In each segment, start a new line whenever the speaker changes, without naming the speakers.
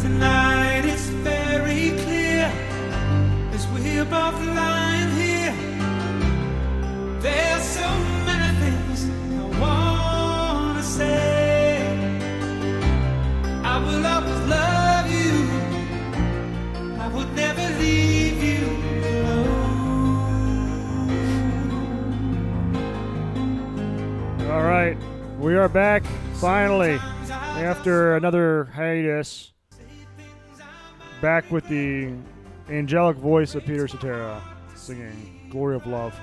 Tonight it's very clear as we're both lying here. There's so many things I wanna say. I will always love you. I would never leave you alone.
All right, we are back finally
Sometimes I
after another hiatus. Back with the angelic voice of Peter Cetera singing "Glory of Love."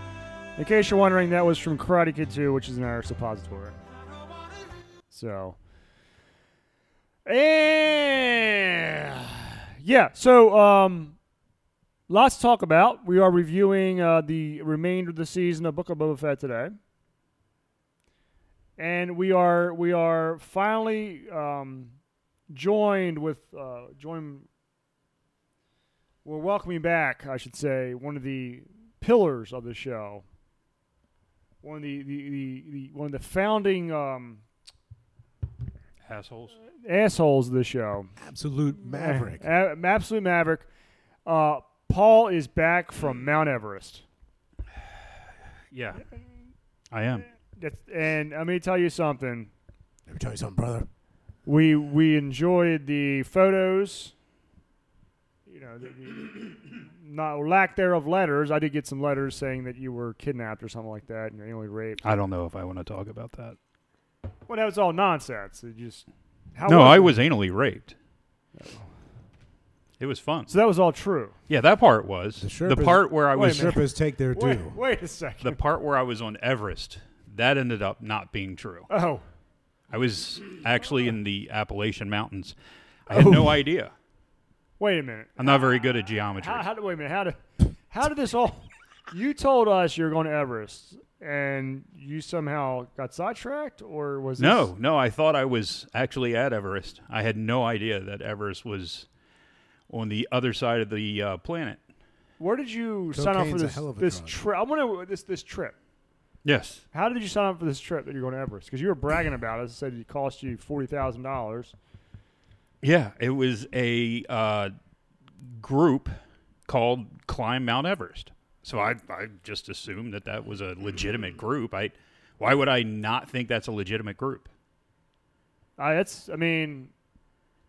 In case you're wondering, that was from Karate Kid 2, which is in our suppository. So, and yeah, so um, lots to talk about. We are reviewing uh, the remainder of the season of Book of Boba Fett today and we are we are finally um, joined with uh, joined. We're welcoming back, I should say, one of the pillars of the show, one of the the, the, the one of the founding um,
Assholes.
assholes of the show,
Absolute maverick.
A- absolute maverick. Uh, Paul is back from Mount Everest.
Yeah. I am.
That's, and let me tell you something.
Let me tell you something, brother.
we we enjoyed the photos. You know, the, the not lack thereof letters. I did get some letters saying that you were kidnapped or something like that, and nearly raped.
I don't know if I want to talk about that.
Well, that was all nonsense. It just how
no, I
it?
was anally raped. It was fun.
So that was all true.
yeah, that part was
The
the,
Sherpas-
part where I
Wait a
was
minute.
Strippers take their
Wait,
due.
wait a second.
the part where I was on Everest. That ended up not being true.
oh,
I was actually in the Appalachian Mountains. I had no idea.
wait a minute.
I'm not very good at geometry.
How, how did wait a minute? How did how did this all? You told us you were going to Everest, and you somehow got sidetracked, or was this-
No, no, I thought I was actually at Everest. I had no idea that Everest was on the other side of the uh, planet.
Where did you sign up for
Cocaine's a
this
hell of a
this
drug.
trip? I want to this this trip.
Yes.
How did you sign up for this trip that you're going to Everest? Because you were bragging about it. It said it cost you forty thousand dollars.
Yeah, it was a uh, group called Climb Mount Everest. So I, I just assumed that that was a
Mm.
legitimate group. I, why would I not think that's a legitimate group?
Uh, that's, I mean,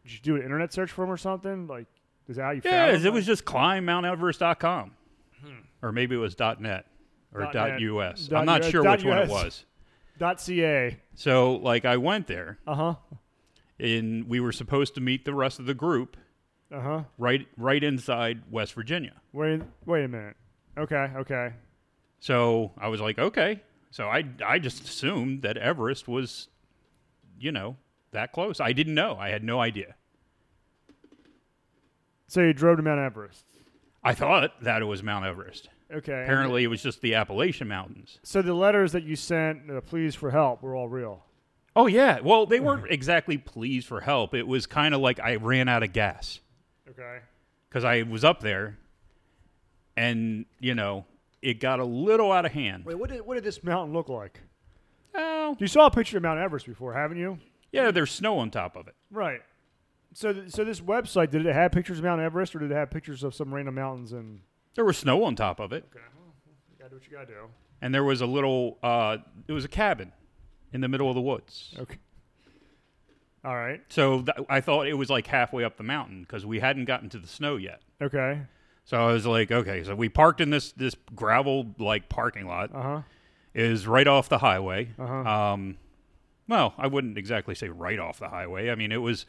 did you do an internet search for him or something? Like, is that how you
Yeah,
found? him?
it was just climbmounteverest.com. Or maybe it was .net or
Hmm. Dot net.
.us.
Dot
I'm not
US.
sure
Dot
which one
US.
it was.
dot .ca.
So like I went there
Uh huh.
and we were supposed to meet the rest of the group
Uh huh.
right right inside West Virginia.
Wait, wait a minute. Okay, okay.
So I was like, okay. So I I just assumed that Everest was, you know, that close. I didn't know. I had no idea.
So you drove to Mount Everest.
I thought that it was Mount Everest.
Okay. and-
Apparently, it was just the Appalachian Mountains.
So the letters that you sent, the pleas for help, were all real.
Oh yeah. Well, they weren't exactly pleas for help. It was kind of like I ran out of gas
Okay.
because I was up there, and you know, it got a little out of hand.
Wait, what did what did this mountain look like?
Oh,
You saw a picture of Mount Everest before, haven't you?
yeah. There's snow on top of it.
Right. So, th- so this website did it have pictures of Mount Everest, or did it have pictures of some random mountains? And
There was snow on top of it.
okay, well, you gotta do what you gotta do.
and there was a little uh, it was a cabin in the middle of the woods
Okay. All right.
so th- i thought it was like halfway up the mountain because we hadn't gotten to the snow yet
Okay.
so i was like okay so we parked in this this gravel like parking lot
Uh huh.
is right off the highway
Uh-huh.
um, well i wouldn't exactly say right off the highway i mean it was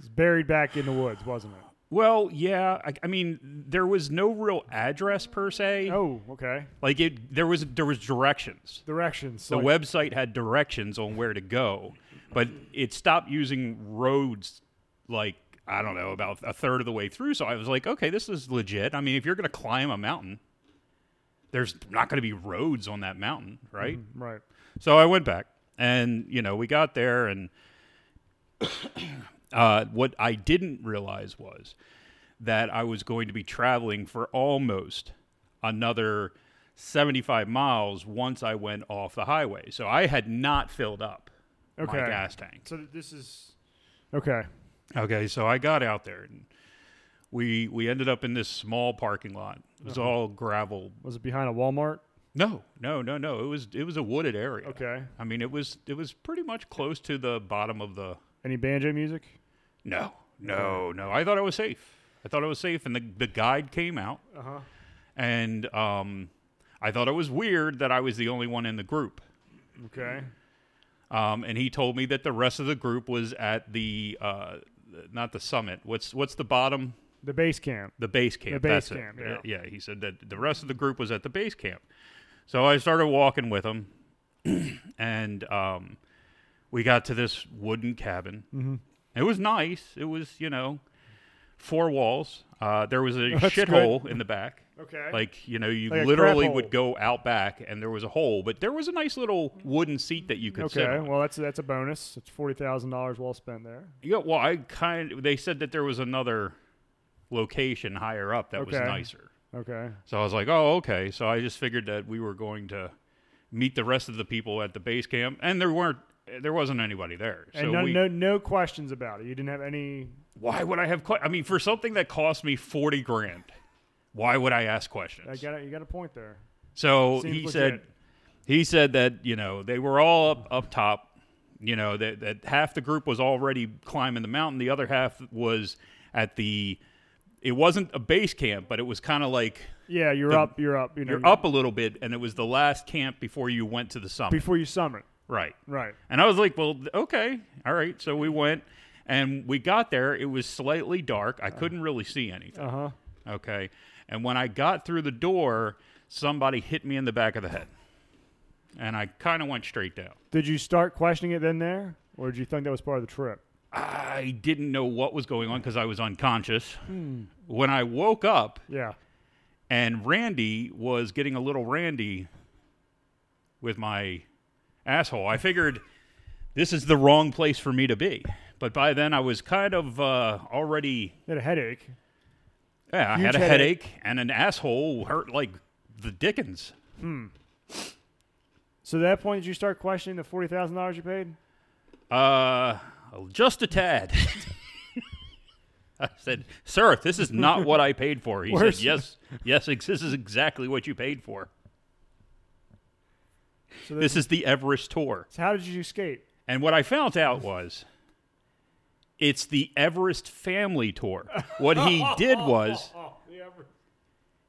It's buried back in the woods, wasn't it?
well yeah i, I mean there was no real address per se
Oh, okay.
like it there was there was directions
Directions.
the
like-
website had directions on where to go, but it stopped using roads like I don't know about a third of the way through. So I was like, okay, this is legit. I mean, if you're going to climb a mountain, there's not going to be roads on that mountain, right?
Right.
So I went back, and you know, we got there, and uh, what I didn't realize was that I was going to be traveling for almost another 75 miles once I went off the highway. So I had not filled up
Okay.
my gas tank.
So th- this is. Okay.
Okay, so I got out there and we we ended up in this small parking lot. It was all gravel.
Was it behind a Walmart?
No, no, no, no. It was it was a wooded area.
Okay.
I mean, it was it was pretty much close to the bottom of the
Any banjo music?
No, no, no. I thought I was safe. I thought I was safe, and the, the guide came out,
Uh-huh.
and um, I thought it was weird that I was the only one in the group.
Okay.
Um, and he told me that the rest of the group was at the uh, not the summit. What's what's the bottom?
The base camp.
The base camp.
base
That's it.
camp, yeah.
Uh, yeah. He said that the rest of the group was at the base camp. So I started walking with him, and um, we got to this wooden cabin. Mm-hmm. It was nice. It was you know four walls. Uh, there was a
That's good.
shithole in the back.
Okay.
Like you know, you
Like a crap
literally
hole.
would go out back, and there was a hole, but there was a nice little wooden seat that you could sit
Okay.
on.
Well, that's that's a bonus. It's forty thousand dollars well spent there.
Yeah, well, I kind they said that there was another location higher up that was
Okay.
nicer.
Okay.
So I was like, "Oh, okay." So I just figured that we were going to meet the rest of the people at the base camp, and there weren't there wasn't anybody there.
And
so
no,
we,
no no questions about it. You didn't have any.
why would I have que- I mean, for something that cost me 40 grand, why would I ask questions?
I got a, you got a point there.
So
Seems
he
legit.
said he said that you know they were all up up top. You know that that half the group was already climbing the mountain. The other half was at the. It wasn't a base camp, but it was kind of like
Yeah, you're
the-
up. You're up. You know,
you're up a little bit, and it was the last camp before you went to the summit.
before you summit.
right.
Right.
And I was like, well, th- okay, all right. So we went and we got there. It was slightly dark. I couldn't really see anything.
Uh huh.
Okay. And when I got through the door, somebody hit me in the back of the head. And I kind of went straight down.
Did you start questioning it then there, or did you think that was part of the trip?
I didn't know what was going on because I was unconscious. When I woke up
Yeah.
and Randy was getting a little randy with my asshole, I figured this is the wrong place for me to be. But by then, I was kind of uh, already
You had a headache.
Yeah, I
Huge
had a
headache.
headache. and an asshole hurt like the dickens.
So at that point, did you start questioning the forty thousand dollars you paid?
Uh, just a tad. I said, "Sir, this is not what I paid for." He
Where's-
said, "Yes, yes, ex- this is exactly what you paid for.
So,
This is the Everest tour."
so how did you escape?
And what I found out was, it's the Everest family tour. What he did was,
Oh, yeah.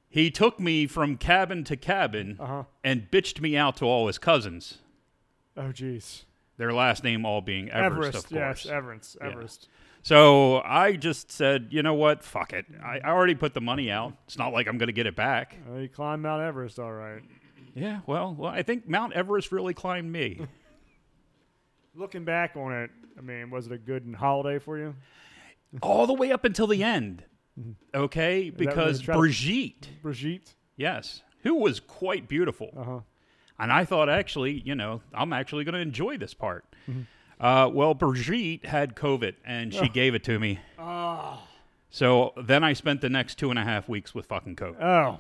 he took me from cabin to cabin
Uh-huh.
and bitched me out to all his cousins.
Oh, jeez.
Their last name all being Everest, of
yes,
course.
Everest, Everest.
So I just said, you know what? Fuck it. I, I already put the money out. It's not like I'm going to get it back.
Uh, you climbed Mount Everest, all right.
Yeah. Well, well, I think Mount Everest really climbed me.
Looking back on it, I mean, was it a good holiday for you?
all the way up until the end.
Mm-hmm.
Okay,
when
because
you travel-
Brigitte,
Brigitte?
yes, who was quite beautiful,
Uh-huh.
and I thought actually, you know, I'm actually going to enjoy this part. Uh, well, Brigitte had COVID, and she gave it to me. So then I spent the next two and a half weeks with fucking COVID.
Oh.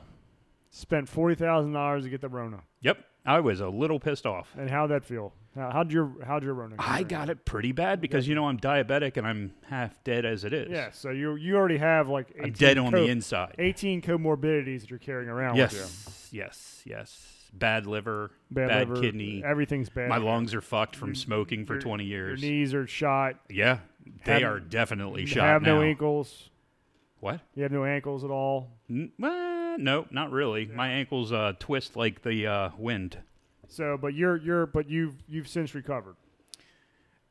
Spent forty thousand dollars to get the Rona.
yep, I was a little pissed off.
And how'd that feel? How how'd your how'd your Rona?
I
compare?
got it pretty bad because you know I'm diabetic and I'm half dead as it is.
Yeah, so you you already have like 18
I'm dead on
co-
the inside.
Eighteen comorbidities that you're carrying around with you.
Yes, yes, yes. Bad liver, bad,
liver,
kidney.
Everything's bad.
My lungs are fucked from smoking for
your-
20
Your
years.
knees are shot.
yeah, they
Have-
are definitely
You
shot
have
now.
no ankles.
What?
You have no ankles at all.
N- uh, no, not really. My ankles uh, twist like the uh, wind.
So, but you're you're but you've you've since recovered.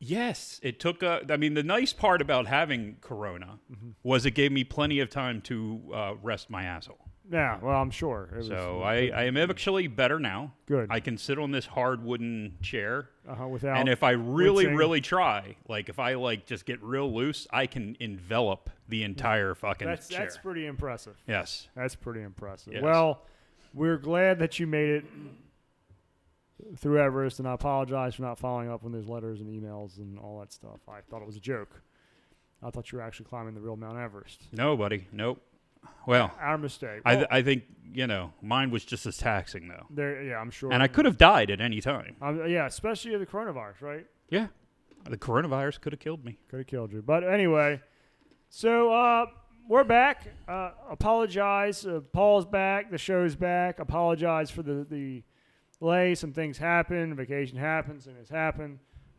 Yes, it took a. I mean, the nice part about having Corona was it gave me plenty of time to uh, rest my asshole.
Yeah, well, I'm sure. It was,
So I, I am actually better now.
Good.
I can sit on this hard wooden chair.
uh without
And if I really,
wincing.
really try, like if I like just get real loose, I can envelop the entire fucking
that's
chair.
that's pretty impressive.
yes.
That's pretty impressive.
Yes.
Well, we're glad that you made it through Everest, and I apologize for not following up on those letters and emails and all that stuff. I thought it was a joke. I thought you were actually climbing the real Mount Everest.
No, buddy. Nope. Well,
Our mistake.
I,
Well,
th- I think you know mine was just as taxing though,
there, yeah, I'm sure.
and I could have died at any time.
Um, yeah, especially the coronavirus, right?
Yeah. The coronavirus could have killed me.
Could have killed you. But anyway, so uh, we're back. Uh, apologize. Uh, Paul's back. The show's back. Apologize for the, the delay. Some things happen. Vacation happens and it's happened.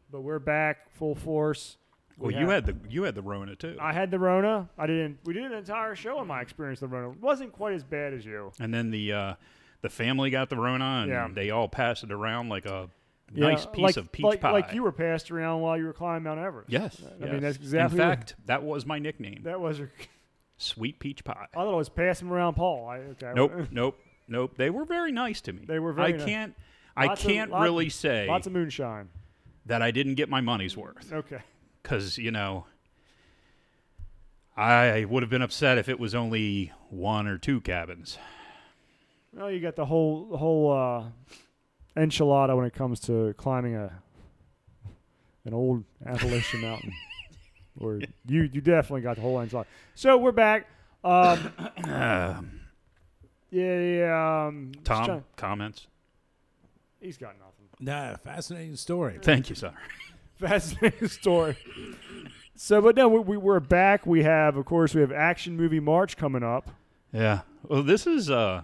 But we're back full force.
Well,
We
you had the you had the Rona too,
I had the Rona. I didn't. We did an entire show on my experience with the Rona. It wasn't quite as bad as you.
and then the uh, the family got the Rona, and
Yeah.
they all passed it around like a nice
Yeah,
piece
like-
of peach
like,
pie.
Like you were passed around while you were climbing Mount Everest.
Yes,
I mean,
yes.
that's exactly
In
what-
fact, that was my nickname,
That Oh, was. Your,
Sweet Peach Pie.
I thought I was passing around Paul. I, okay.
Nope, nope, nope. They were very nice to me.
They were very
I
nice.
can't. I
Lots of-
can't
lot-
really say
Lots of moonshine.
that I didn't get my money's worth
Okay.
because you know, I would have been upset if it was only one or two cabins.
Well, you got the whole the whole uh, enchilada when it comes to climbing a an old Appalachian mountain. Or you you definitely got the whole enchilada. So we're back. Um, yeah, yeah. Um, just
Tom,
trying-
comments.
he's got nothing.
Nah, fascinating story.
Thank you, sir.
Fascinating story. So, but no, we, we we're back. We have, of course, we have action movie March coming up.
Yeah. Well, this is uh,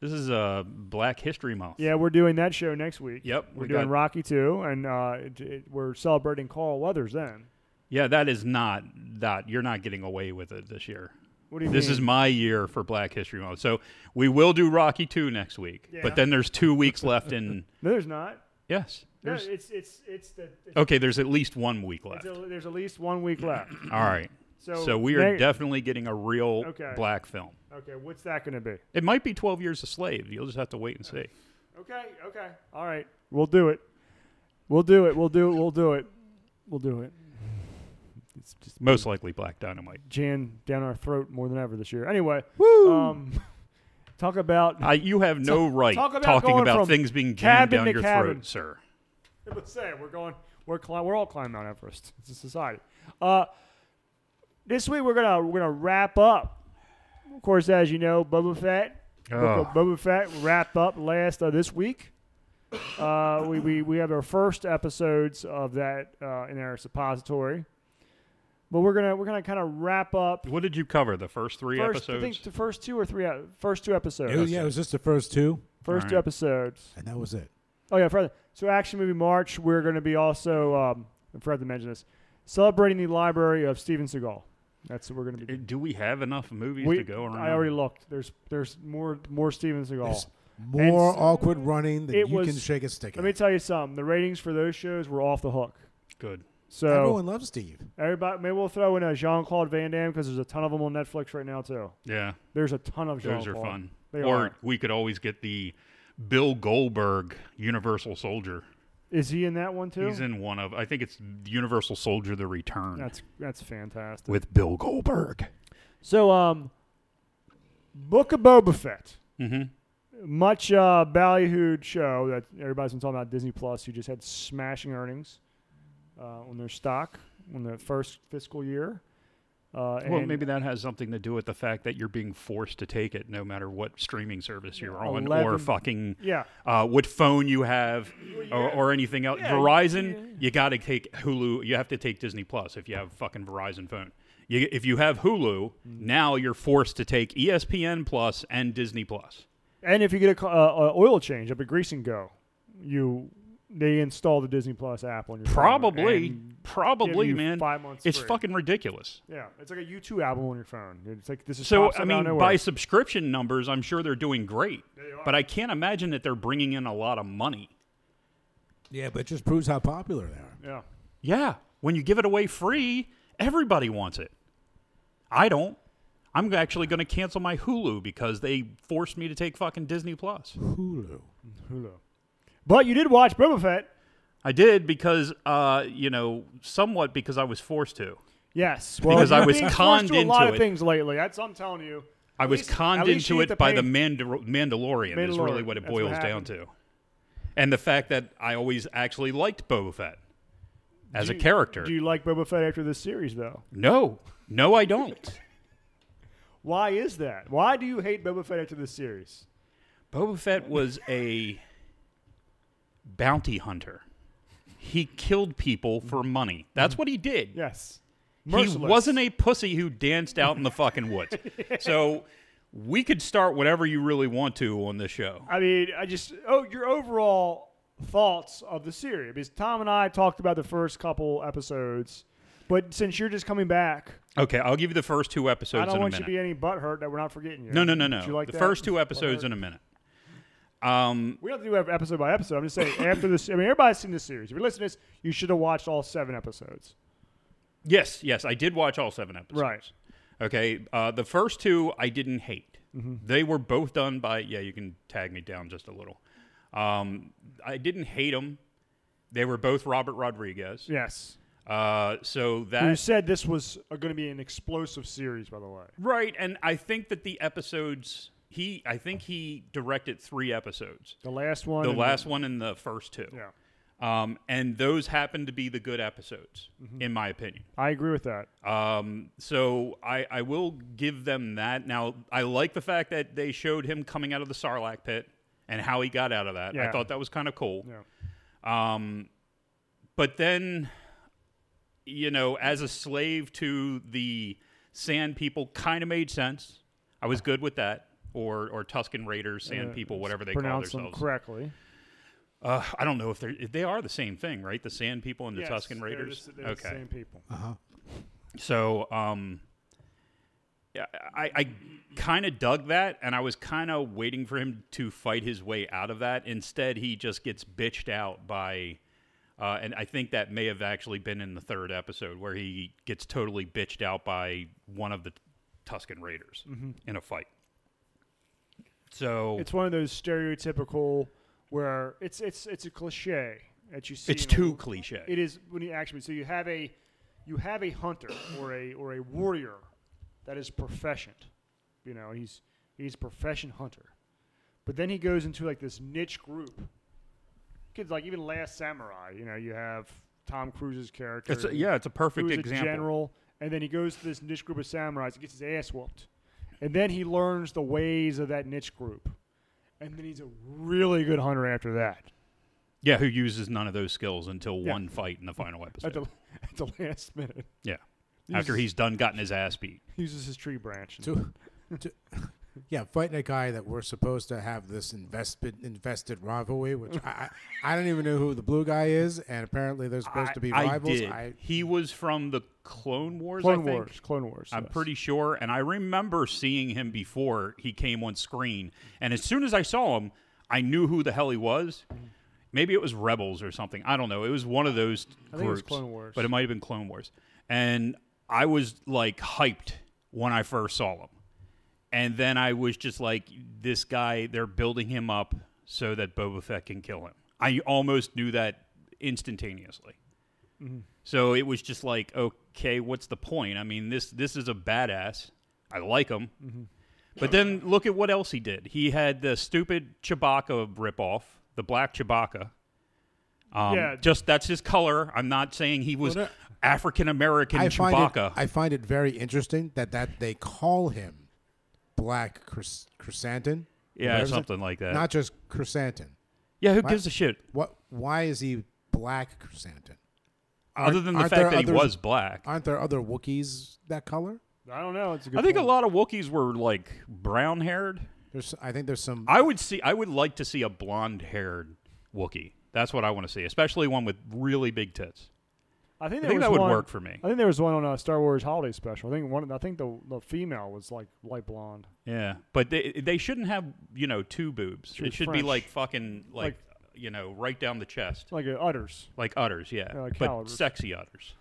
this is uh, Black History Month.
Yeah, we're doing that show next week.
Yep,
we're
we
doing
got-
Rocky Two, and uh, it, it, we're celebrating Carl Weathers. Then,
Yeah, that is not that you're not getting away with it this year.
what do you
This
mean?
is my year for Black History Month. So we will do Rocky 2 next week.
Yeah.
But then there's 2 weeks left in
No, there's not.
Yes.
No,
There's
it's it's it's the it's,
Okay, there's at least 1 week
it's
left.
a, there's at least one week left.
All right.
So,
So we are
ne-
definitely getting a real
Okay.
black film.
okay. What's that going to be?
It might be 12 Years a Slave. You'll just have to wait and see.
Okay, okay, all right. We'll do it. We'll do it. We'll do it. We'll do it. We'll do it. It's just
Most likely Black Dynamite.
Jan down our throat more than ever this year. Anyway, Woo! Um, talk about
I, you have no right
talk about
talking
going
about
from
things being jammed
cabin
down
to
your
cabin.
throat, sir.
Let's say we're going. We're cli- we're all climbing Mount Everest. It's a society. Uh, this week we're gonna we're gonna wrap up. Of course, as you know, Boba Fett. Book
Oh.
of Boba Fett wrapped up last uh, this week. Uh, we, we we have our first episodes of that uh, in our suppository, but we're gonna we're gonna kind of wrap up.
What did you cover? The first 3
First, I
episodes?
think the first two or three, uh, first two episodes,
It was, Oh, yeah, it was just the first two,
first two
Alright.
episodes.
and that was it.
Oh yeah, further. So action movie March, we're going to be also. Um, I forgot to mention this. Celebrating the library of Steven Seagal. That's what we're going to be. doing.
Eh, Do we have enough movies to go around?
I already looked. There's there's more more Steven Seagal.
There's more
s-
awkward running than you
it was-
can shake a stick
Let
at.
me tell you something. The ratings for those shows were off the hook.
Good.
So
Everyone loves Steve.
everybody, maybe we'll throw in a Jean Claude Van Damme because there's a ton of them on Netflix right now too.
Yeah.
There's a ton of Jean
Those are fun.
They
or
are.
we could always get the Bill Goldberg Universal Soldier.
Is he in that one too?
He's in one of I think it's Universal Soldier the Return
That's that's fantastic.
with Bill Goldberg.
So um, Book of Boba Fett.
Mm-hmm.
much uh, ballyhooed show that everybody's been talking about Disney Plus, who just had smashing earnings uh, on their stock on the first fiscal year. Uh,
Well,
and
maybe that has something to do with the fact that you're being forced to take it no matter what streaming service you're
Yeah,
on
11
or fucking
yeah,
uh, what phone you have or, or anything else.
Yeah, you-
Verizon, you got to take Hulu. You have to take Disney Plus if you have a fucking Verizon phone. You, if you have Hulu,
Mm.
now you're forced to take E ESPN Plus and Disney Plus.
and if you get a, co- uh, uh, oil change up at Grease and Go, you they install the Disney Plus app on your phone
Probably,
and give
probably,
you
man.
five months.
It's
free.
fucking ridiculous.
yeah. It's like a U two album on your phone. It's like this is
So
pops up
I
out
mean,
of nowhere.
by subscription numbers, I'm sure they're doing great. But I can't imagine that they're bringing in a lot of money.
Yeah, but it just proves how popular they are.
yeah.
Yeah, when you give it away free, everybody wants it. I don't. I'm actually going to cancel my Hulu because they forced me to take fucking Disney Plus.
Hulu.
Hulu. But you did watch Boba Fett.
I did because, uh, you know, somewhat because I was forced to.
Yes, well,
Because I
you're
was
being
conned
forced to a lot
into
of
it.
things lately. That's I'm telling you.
I
At
was
least- at
conned
least
into
you get
it
to
by
pay-
the Mandal- Mandalorian, is really
Mandalorian,
what it
that's what
boils down
happened.
to. And the fact that I always actually liked Boba Fett as
Do
a
you-
character.
Do you like Boba Fett after this series, though?
no, no, I don't.
Why is that? Why do you hate Boba Fett after this series?
Boba Fett was a bounty hunter. He killed people for money. That's what he did.
Yes.
He wasn't a pussy who danced out in the fucking woods. So we could start whatever you really want to on this show.
I mean, I just oh, your overall thoughts of the series because Tom and I talked about the first couple episodes, but since you're just coming back,
Okay, I'll give you the first two episodes
I don't
in a
want you
minute.
to be any butthurt that we're not forgetting you.
no, no, no,
Would
no.
You like
the
that?
first two episodes in a minute. Um,
We don't do have episode by episode. I'm just saying after this. I mean, everybody's seen this series. If you're listening to this, you should have watched all seven episodes.
yes, yes, I did watch all seven episodes.
Right.
Okay, uh, the first two I didn't hate.
Mm-hmm.
They were both done by. Yeah, you can tag me down just a little. Um, I didn't hate them. They were both Robert Rodriguez.
Yes.
Uh, so that
you said this was going to be an explosive series, by the way.
Right, and I think that the episodes he I think he directed three episodes.
The last one.
The
and
last one and the first two.
Yeah,
Um, and those happen to be the good episodes,
Mm-hmm.
in my opinion.
I agree with that.
Um, so I, I will give them that. Now I like the fact that they showed him coming out of the Sarlacc pit and how he got out of that. I
Yeah.
thought that was kind of cool.
Yeah.
Um, but then, you know, as a slave to the Sand People, kind of made sense. I was good with that, or or Tuscan Raiders, Sand People, whatever they call
Pronounce them
themselves.
correctly.
uh, I don't know if they're if they are the same thing, right? The Sand People and the
Yes,
Tuscan
they're the
Raiders.
s- they're the
okay,
same people.
so um, yeah, I I kind of dug that, and I was kind of waiting for him to fight his way out of that. Instead, he just gets bitched out by. Uh, and I think that may have actually been in the third episode where he gets totally bitched out by one of the Tuscan Raiders in a fight. So
Mm-hmm. It's one of those stereotypical where it's it's it's a cliche that you see.
it's
in a-
too cliche.
It is when you actually so you have a you have a hunter or a or a warrior that is proficient. You know, he's he's a profession hunter. But then he goes into like this niche group. Kids like even Last Samurai, you know, you have Tom Cruise's character.
It's a, yeah, it's a perfect
who is
example.
a general, and then he goes to this niche group of samurais and gets his ass whooped. And then he learns the ways of that niche group. And then he's a really good hunter after that.
yeah, who uses none of those skills until
Yeah.
one fight in the final episode.
At the, at the last minute,
yeah, after he's done, gotten his ass beat.
he uses his tree branch. and-
to, to, yeah, fighting a guy that we're supposed to have this investment invested rivalry, which I, I I don't even know who the blue guy is, and apparently they're supposed to be
I
rivals.
did.
I,
he was from the Clone Wars. I
Clone
think.
Wars. Clone Wars.
I'm
yes.
pretty sure, and I remember seeing him before he came on screen. And as soon as I saw him, I knew who the hell he was. Maybe it was Rebels or something. I don't know. It was one of those
I
groups,
think it was Clone Wars.
but it might have been Clone Wars. And I was like hyped when I first saw him, and then I was just like, "This guy, they're building him up so that Boba Fett can kill him." I almost knew that instantaneously. So it was just like, okay, what's the point? I mean, this this is a badass. I like him.
Mm-hmm.
But then look at what else he did. He had the stupid Chewbacca ripoff, the black Chewbacca. Um,
Yeah.
Just that's his color. I'm not saying he was
Well, that-
African American
I find it,
Chewbacca.
I find it very interesting that that they call him Black Chris, Chrysanthemum.
yeah,
whatever his name-
something like that.
Not just Chrysanthemum.
yeah, who gives a shit?
What? Why is he Black Chrysanthemum?
Other
Aren't-
than the
aren't
fact
there
that he
others-
was black.
Aren't there other Wookiees that color?
I don't know. It's a good
I think a
point.
lot of Wookiees were like brown haired.
There's, I think there's some.
I would see. I would like to see a blonde-haired Wookiee. That's what I want to see, especially one with really big tits.
I think,
I
there
think
was
that would
one-
work for me.
I think there was one on a Star Wars holiday special. I think one. I think the, the female was like light blonde.
Yeah, but they they shouldn't have you know two boobs.
She was
it should be
French.
like fucking like,
Like-
you know right down the chest,
Like a udders.
like udders. Yeah,
Yeah, like
but
calibers.
sexy udders.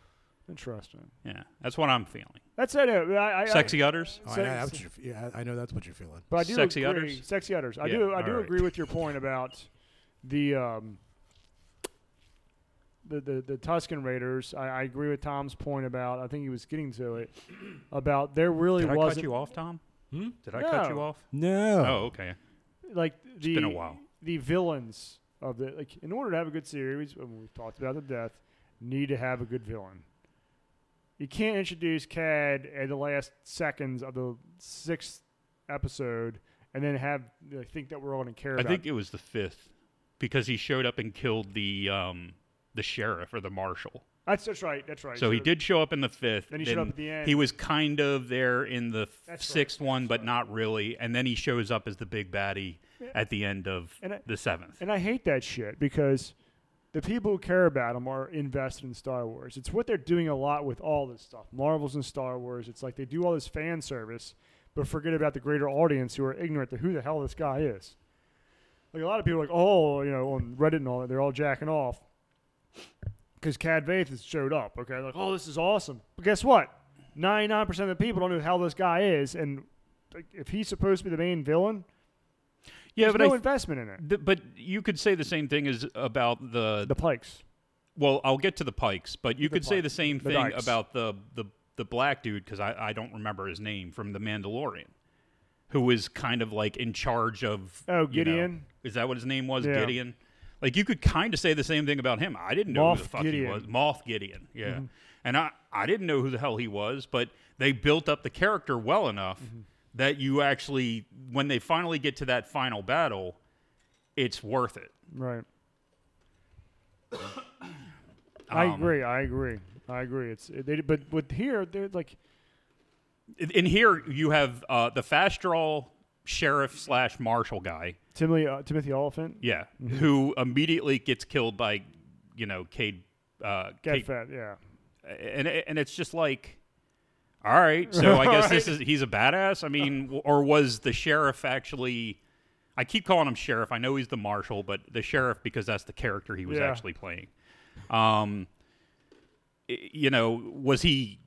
Interesting.
Yeah, that's what I'm feeling.
That's it. I, I,
Sexy udders.
Oh, I,
So-
know that's what you're- yeah, I know that's what you're feeling.
But I do
Sexy
agree,
udders?
Sexy udders. I
Yeah,
do. I do
alright.
agree with your point about the um, the, the the Tuscan Raiders. I, I agree with Tom's point about. I think he was getting to it about there really
Did I cut
wasn't
you off, Tom? Did I cut
No.
you off?
No.
Oh, okay.
like the
been a while.
the villains of the like. In order to have a good series, and we've talked about the death, need to have a good villain. You can't introduce Cad at the last seconds of the sixth episode and then have like, think that we're all going to care
I
about
think it was the fifth because he showed up and killed the um the sheriff or the marshal.
That's that's right. That's right.
So he did show up in the fifth.
Then he showed up at the end.
He was kind of there in the
That's right,
sixth one, but not really. And then he shows up as the big baddie at the end of
And I-
the seventh.
And I hate that shit because the people who care about them are invested in Star Wars. It's what they're doing a lot with all this stuff. Marvels and Star Wars. It's like they do all this fan service, but forget about the greater audience who are ignorant to who the hell this guy is. Like a lot of people are like, oh, you know, on Reddit and all that, they're all jacking off. Because Cad Vaith has showed up, okay? Like, oh, this is awesome. But guess what? 99% of the people don't know who the hell this guy is. And like, if he's supposed to be the main villain,
yeah,
there's
but
no
I,
investment in it.
th- but you could say the same thing as about the,
The Pikes.
Well, I'll get to the Pikes, but you
The
could say
Pikes.
the same
The
thing
Dykes.
about the the the black dude because I I don't remember his name from the Mandalorian, who was kind of like in charge of
Oh,
you know-
Gideon?
is that what his name was?
Yeah.
Gideon. Like you could kind of say the same thing about him. I didn't know who
Moff
the fuck
Gideon. Mm-hmm.
he was. Moth Gideon, yeah. And I I didn't know who the hell he was, but they built up the character well enough
Mm-hmm.
that you actually when they finally get to that final battle, it's worth it.
Right. I
Um,
agree. I agree. I agree. It's they, but with here they're like
In- In here, you have uh, the fast draw sheriff slash marshal guy,
Timothy uh, Timothy Oliphant,
yeah, who immediately gets killed by, you know, Cade. Uh,
Get
Cade-
Fat, yeah.
and and it's just like, all right, so I guess this is he's a badass. I mean, w- or was the sheriff actually? I keep calling him sheriff. I know he's the marshal, but the sheriff because that's the character he was
Yeah.
actually playing. Um, i- you know, was he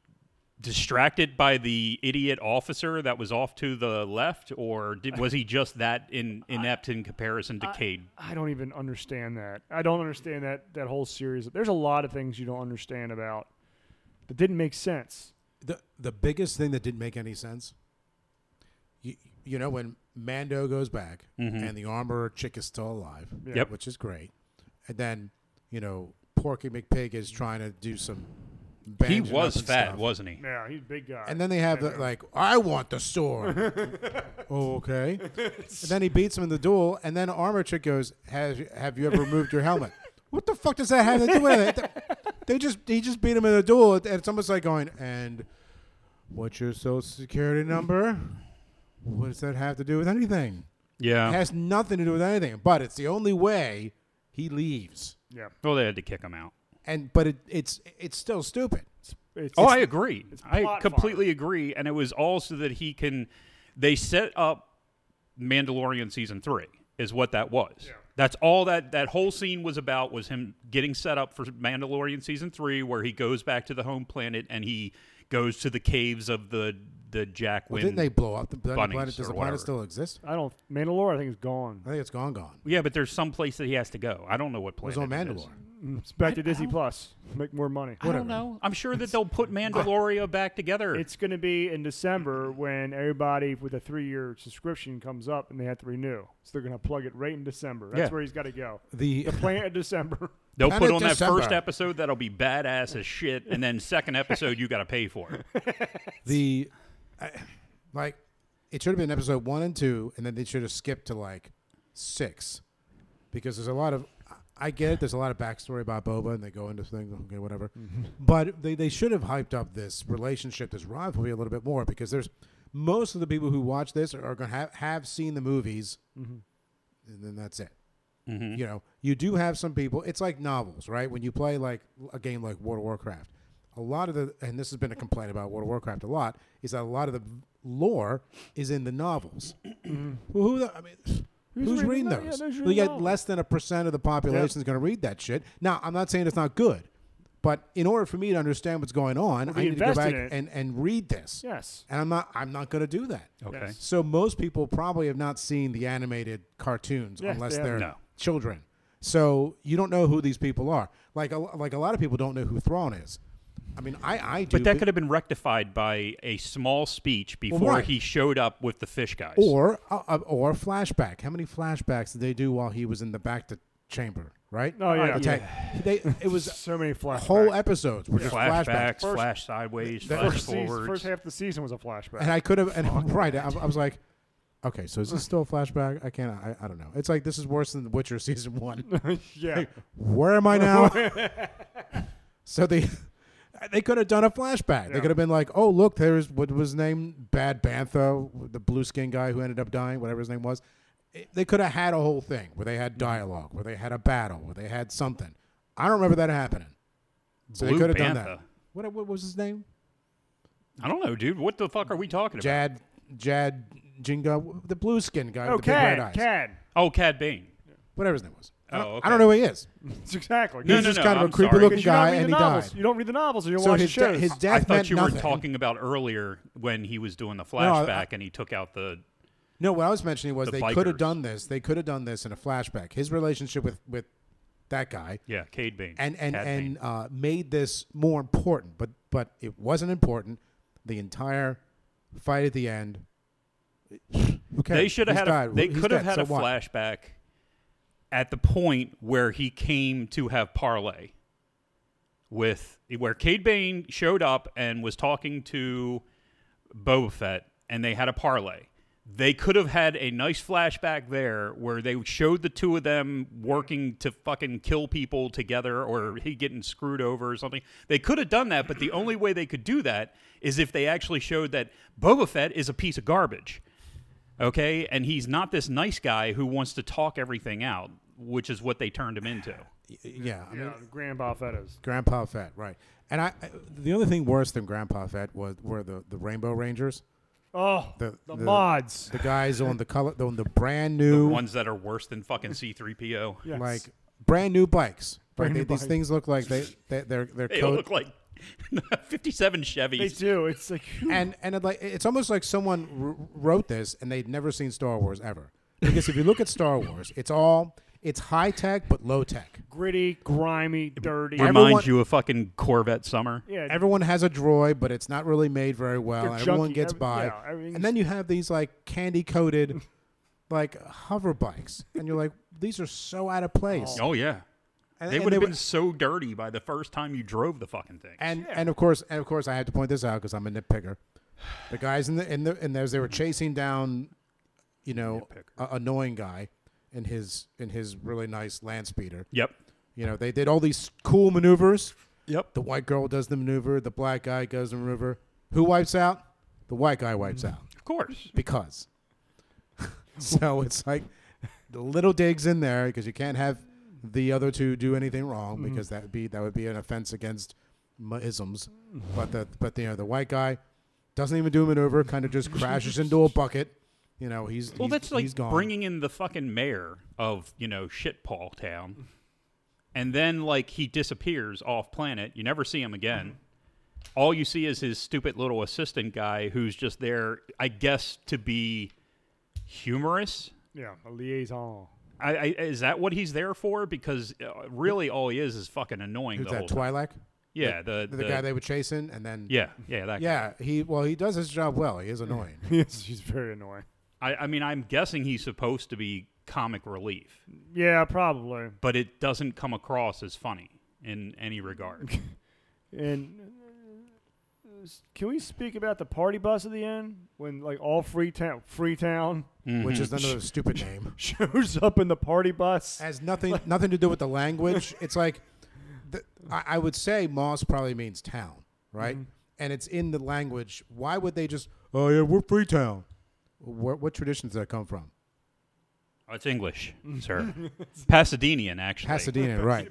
distracted by the idiot officer that was off to the left, or did, was he just that in, inept in comparison to Cade?
I don't even understand that. I don't understand that that whole series. There's a lot of things you don't understand about that didn't make sense.
the the biggest thing that didn't make any sense. You you know when Mando goes back
Mm-hmm.
and the armorer chick is still alive,
Yep.
which is great, and then you know Porky McPig is trying to do some.
He
bandaging up
was
and
fat,
stuff.
wasn't he?
Yeah, he's a big guy.
And then they have the, like, I want the sword. oh, okay. And then he beats him in the duel, and then Armor Chick goes, "Have Have you ever removed your helmet?" what the fuck does that have to do with it? They just he just beat him in a duel, and it's almost like going, "And what's your social security number? What does that have to do with anything? It
Yeah.
has nothing to do with anything. But it's the only way he leaves,
yeah,
Well, they had to kick him out.
and but it, it's it's still stupid.
it's,
Oh,
it's-
I agree. I
plot
completely agree. And it was all so that he can. They set up Mandalorian season three is what that was. That's all that that whole scene was about was him getting set up for Mandalorian season three, where he goes back to the home planet and he goes to the caves of the the Jack
Well, didn't
Wind.
they blow up the planet?
Bunnings
planet? Does
or
the planet
whatever.
still exist?
I don't. Mandalore, I think is gone.
I think it's gone, gone.
yeah, but there's some place that he has to go. I don't know what
was
planet.
on
it is.
Mandalore.
It's back to Disney Plus. Make more money.
I don't know. I'm sure that they'll put Mandaloria back together.
It's going to be in December when everybody with a three-year subscription comes up and they have to renew. So they're going to plug it right in December. That's
Yeah.
where he's got to go.
The
The plant in December.
They'll
Planet
put on that
December.
first episode that'll be badass as shit, and then second episode you got to pay for it.
the I, like it should have been episode one and two, and then they should have skipped to like six because there's a lot of I get it. There's a lot of backstory about Boba, and they go into things, okay, whatever. But they they should have hyped up this relationship, this rivalry, a little bit more because there's most of the people who watch this are going to have have seen the movies, and then that's it. You know, you do have some people. It's like novels, right? When you play like a game like World of Warcraft, a lot of the and this has been a complaint about World of Warcraft a lot is that a lot of the lore is in the novels. well, who the, I mean, who's,
reading
reading,
that? Yeah,
those?
those are
we got
novels.
less than a percent of the population is going to read that shit. Now, I'm not saying it's not good, but in order for me to understand what's going on,
they
I need to go
invest in
back
it.
and and read this.
Yes.
And I'm not I'm not going to do that.
Okay.
Yes.
So most people probably have not seen the animated cartoons
Yes,
unless
they
they're
haven't.
No.
children. So you don't know who these people are. Like a, like a lot of people don't know who Thrawn is. I mean, I I do.
But that could have been rectified by a small speech before
right.
he showed up with the fish guys.
or uh, uh, or flashback. How many flashbacks did they do while he was in the back to chamber? Right.
Oh, yeah.
The tank. They, it was
So many flashbacks.
whole episodes were just
flashbacks,
flashbacks.
First-
flash sideways,
that
flash
first, season,
forwards.
first half of the season was a flashback.
And I could have, and right, I, I was like, Okay, so is this still a flashback? I can't. I, I don't know. It's like this is worse than The Witcher season one.
yeah.
Where am I now? so they they could have done a flashback. They
Yeah.
could have been like, oh look, there's what was named Bad Bantha, the blue skin guy who ended up dying, whatever his name was. It- they could have had a whole thing where they
Mm-hmm.
had dialogue, where they had a battle, where they had something. I don't remember that happening. So they
Blue
could have done that.
Bantha.
What what was his name?
I don't know, dude. What the fuck are we talking about?
Jad Jad Jinga, the blue skin guy
Oh,
with the big red
Cad.
eyes.
Cad.
Oh, Cad Bane.
Whatever his name was. I
Oh,
don't-
okay.
I don't know who he is.
It's exactly.
No,
He's
no,
just
no,
kind of
I'm
a creepy
sorry.
looking
Because you don't
guy,
read
and
the
he
novels.
died.
You don't read the novels, or you don't
So
watch the
his, de-
shows.
his death
I thought
meant
you
nothing.
were talking about earlier when he was doing the
I-
flashback and he took out the.
No, what I was mentioning was
The
they could have
bikers.
done this. They could have done this in a flashback. His relationship with with that guy,
Yeah, Cade Bane.
and and
Cad Bane.
and uh, made this more important. But but it wasn't important. The entire fight at the end. Who cares?
They should have
He's
had. A,
died.
they
He's
could have
dead.
had
So
a
what?
flashback at the point where he came to have parlay with where Cade Bane showed up and was talking to Boba Fett, and they had a parlay. They could have had a nice flashback there where they showed the two of them working to fucking kill people together or he getting screwed over or something. They could have done that, but the only way they could do that is if they actually showed that Boba Fett is a piece of garbage. Okay? And he's not this nice guy who wants to talk everything out, which is what they turned him into.
Yeah, I mean,
yeah, Grandpa Fett is.
Grandpa Fett, right? And I, I- the only thing worse than Grandpa Fett was were the the Rainbow Rangers,
Oh,
The-
the,
the-
mods.
the guys on the color, on the brand new
Ones that are worse than fucking C3PO.
Yes.
like brand new bikes. Like
Brand
they,
new
these
bike.
things look like they they they're they're
They
coat-
look like 57 Chevys.
they do. It's like
and and it like it's almost like someone wr- wrote this and they'd never seen Star Wars ever. Because if you look at Star Wars, it's all it's high tech but low tech.
gritty, grimy, dirty.
Every-
reminds
Everyone-
you of fucking Corvette Summer.
yeah,
Everyone has a droid, but it's not really made very well.
They're
and everyone
junky.
gets
Every-
by,
yeah, everything's-
and then you have these like candy coated, like hover bikes, and you're like, these are so out of place.
Oh yeah.
And-
They
and
would have
were-
been so dirty by the first time you drove the fucking thing.
And and of course and of course I had to point this out because I'm a nitpicker. The guys in the in the and as they were chasing down, you know, a, annoying guy in his in his really nice land speeder.
yep.
You know, they did all these cool maneuvers.
Yep.
The white girl does the maneuver. The black guy does the maneuver. Who wipes out? The white guy wipes out
Of course.
because. so it's like the little digs in there because you can't have the other two do anything wrong
Mm-hmm.
because that would be that would be an offense against my isms. But the but you know the white guy doesn't even do a maneuver, kind of just crashes into a bucket. You know he's
Well,
he's-
that's like
he's gone.
bringing in the fucking mayor of you know shit Paul town, and then like he disappears off planet. You never see him again. All you see is his stupid little assistant guy who's just there, I guess, to be humorous.
yeah, a liaison.
I, I, is that what he's there for? Because uh, really, all he is is fucking annoying.
Who's
the
that
whole time.
Twi'lek?
Yeah, the,
The, guy they were chasing, and then
Yeah, yeah, that. Guy.
yeah he well he does his job well. He is annoying.
Yes, he's very annoying.
I, I mean, I'm guessing he's supposed to be comic relief,
Yeah, probably.
but it doesn't come across as funny in any regard.
And uh, can we speak about the party bus at the end when like all free town, free town
which
Mm-hmm.
is another stupid name.
shows up in the party bus?
has nothing nothing to do with the language. It's like the, I, I would say Moss probably means town, right?
Mm-hmm.
And it's in the language. Why would they just? Oh yeah, we're Freetown. What what tradition does that come from?
Oh, it's English, sir. Pasadenian, actually.
Pasadena, right?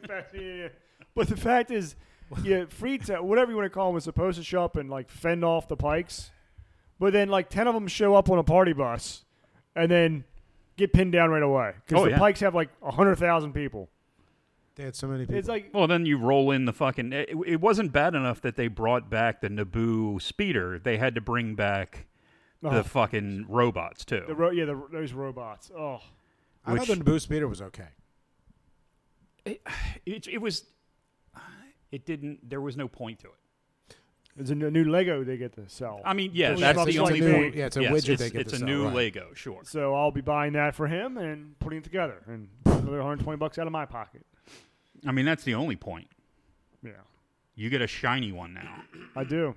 but the fact is, yeah, free town, whatever you want to call them, is supposed to show up and like fend off the pikes, but then like ten of them show up on a party bus, and then get pinned down right away because
Oh,
the
yeah.
pikes have like hundred thousand people.
They had so many people.
It's like
Well, then you roll in the fucking. It, it wasn't bad enough that they brought back the Naboo speeder. They had to bring back
Oh.
the fucking robots too.
the ro- yeah, the, those robots. Oh,
I thought the
which-
Naboo speeder was okay.
it, it was. It didn't. There was no point to it.
it's a n- new Lego they get to sell.
I mean, yeah,
Well,
that's
yeah,
the
it's a
only
new-
point.
yeah, it's a
Yes,
widget
It's,
they get
it's
to
a
sell,
new
right.
Lego, sure.
So I'll be buying that for him and putting it together, and another 120 bucks out of my pocket.
I mean, that's the only point.
Yeah,
You get a shiny one now.
I do.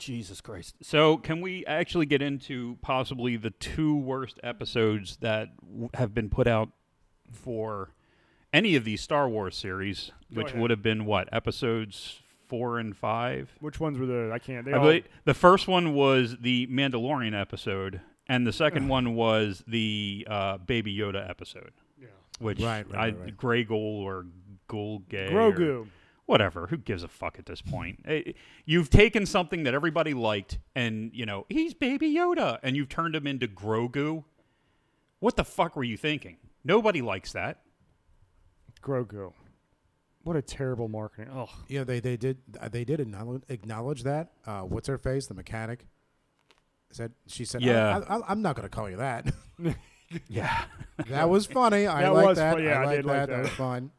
Jesus Christ. So, can we actually get into possibly the two worst episodes that w- have been put out for any of these Star Wars series,
Go
which
ahead.
would have been what? Episodes 4 and 5?
Which ones were the? I can't. They
I
all,
believe the first one was the Mandalorian episode, and the second one was the uh, Baby Yoda episode,
yeah.
which
Right, right, right,
I
right.
Grey Ghoul or Ghoul Gay or-
Grogu.
whatever. Who gives a fuck at this point? Eh, You've taken something that everybody liked, and you know he's Baby Yoda, and you've turned him into Grogu. What the fuck were you thinking? Nobody likes that.
Grogu. What a terrible marketing. Oh,
Yeah, they they did uh, they did acknowledge, acknowledge that. Uh, what's her face? The mechanic said she said,
Yeah.
I, I, I'm not going to call you that.
Yeah,
that was funny. I
That
like
was
that.
fu- yeah, I
I like
did
that.
like
that
that.
was fun.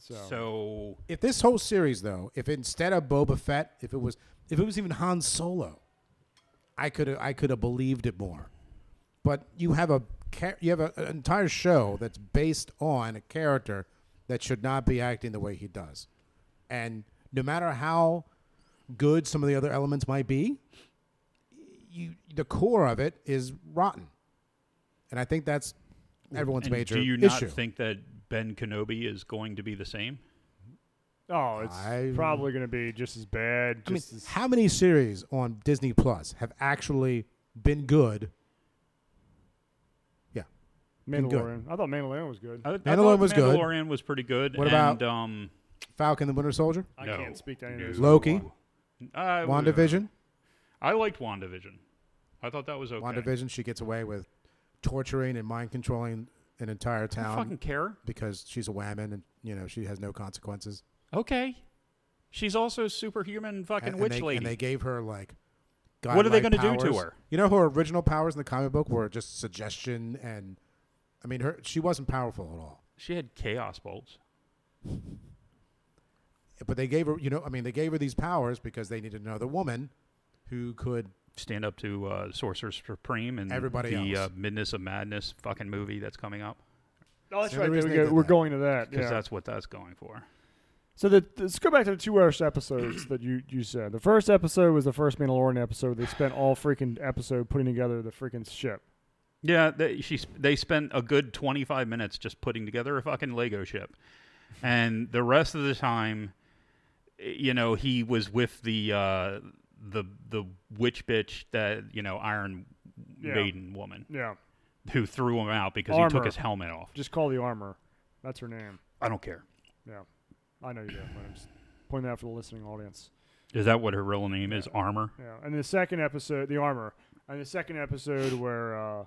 so,
so
If this whole series though, if instead of Boba Fett, if it was if it was even Han Solo, I could I could have believed it more. But you have a cha- you have a, an entire show that's based on a character that should not be acting the way he does. And no matter how good some of the other elements might be, you the core of it is rotten. And I think that's everyone's
and
major
do you not
issue.
think that Ben Kenobi is going to be the same?
oh, it's
I-
probably going to be just as bad.
I mean,
Just as,
how many series on Disney Plus have actually been good? Yeah. been good.
Mandalorian. I thought Mandalorian was good.
I, I thought
Mandalorian was good.
Mandalorian was pretty good.
What
and,
about-
um,
Falcon the Winter Soldier,
I
no.
can't speak to any of those.
Loki,
I,
WandaVision.
I liked WandaVision. I thought that was okay.
WandaVision, she gets away with torturing and mind controlling an entire
I
town
fucking care.
because she's a woman and you know she has no consequences.
Okay. She's also superhuman fucking
And- and
witch
they,
lady.
And they gave her like.
What are they
godlike
gonna do to
powers.
her?
You know, her original powers in the comic book were just suggestion, and I mean, her she wasn't powerful at all.
She had chaos bolts.
but they gave her you know i mean they gave her these powers because they needed another woman who could
Stand up to uh, Sorcerer Supreme and
Everybody
the
else.
Uh, Midness of Madness fucking movie that's coming up
Oh, that's
The
right.
only
There we
reason they
go.
did
We're
that.
going to that.
because
Yeah.
that's what that's going for.
So the, the- let's go back to the two worst episodes that you, you said. The first episode was the first Mandalorian episode. They spent all freaking episode putting together the freaking ship.
Yeah, they, she sp- they spent a good 25 minutes just putting together a fucking Lego ship. And the rest of the time, i- you know, he was with the uh, the the witch bitch that, you know, Iron
Yeah.
Maiden woman
Yeah.
who threw him out because he took
Armor.
his helmet off.
Just call the armor. That's her name.
I don't care.
Yeah. I know you do. But I'm just pointing that out for the listening audience.
Is that what her real name is? Armor?
Yeah. And the second episode, the armor. And the second episode where uh,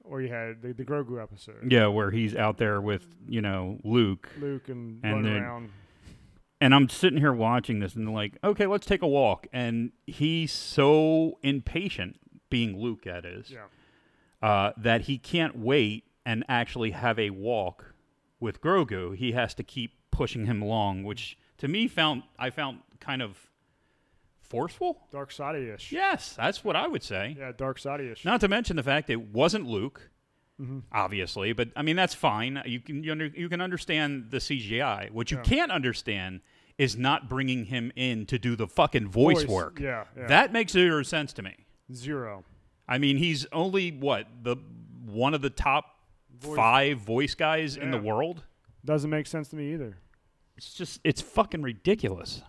where you had the, the Grogu episode.
Yeah, where he's out there with, you know, Luke.
Luke and,
And
run
then-
around.
And I'm sitting here watching this and like, okay, let's take a walk. And he's so impatient, being Luke, that is,
Yeah.
uh, that he can't wait and actually have a walk with Grogu. He has to keep pushing him along, which to me found I found kind of forceful.
Dark Side ish.
Yes, that's what I would say.
Yeah, Dark Side ish.
Not to mention the fact it wasn't Luke,
Mm-hmm.
obviously. But I mean, that's fine. You can you, under, you can understand the CGI. What you can't understand is not bringing him in to do the fucking voice,
Voice,
work.
yeah, yeah.
that makes zero sense to me.
Zero.
I mean, he's only what the one of the top five voice guys in the
Yeah.
world.
Doesn't make sense to me either.
It's just it's fucking ridiculous.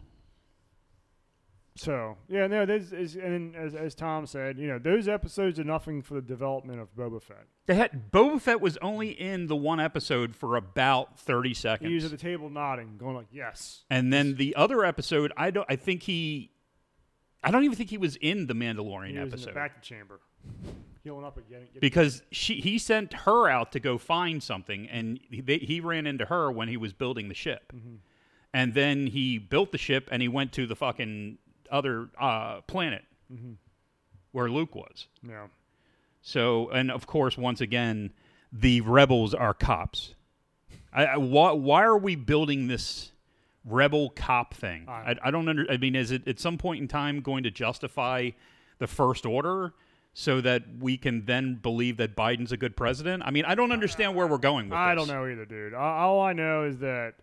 So yeah, no, this is and as as Tom said, you know, those episodes are nothing for the development of Boba Fett.
They had Boba Fett was only in the one episode for about thirty seconds.
He was at the table nodding, going like, "Yes."
And then the other episode, I don't. I think he. I don't even think he was in the Mandalorian
He was in
episode
the back chamber, healing up again. Get,
because she he sent her out to go find something, and he, they, he ran into her when he was building the ship,
Mm-hmm.
and then he built the ship and he went to the fucking other uh, planet
Mm-hmm.
where Luke was.
yeah,
So, and of course, once again, the rebels are cops. I, I, why, why are we building this rebel cop thing? I, I don't under. I mean, is it at some point in time going to justify the first order so that we can then believe that Biden's a good president? I mean, I don't understand where we're going with
I
this.
don't know either, dude. All, all I know is that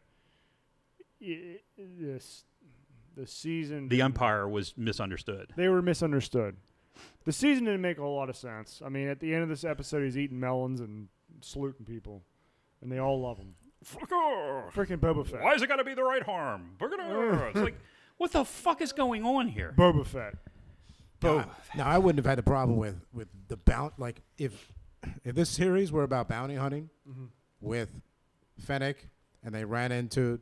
i- this the season
The
didn't-
umpire was misunderstood.
they were misunderstood. The season didn't make a whole lot of sense. I mean, at the end of this episode, he's eating melons and saluting people, and they all love him.
Fuck off.
Freaking Boba Fett.
Why is it got to be the right harm? Bugger it. It's like, what the fuck is going on here?
Boba Fett.
Now, now, I wouldn't have had the problem with with the bounty. Like if if this series were about bounty hunting
Mm-hmm.
with Fennec, and they ran into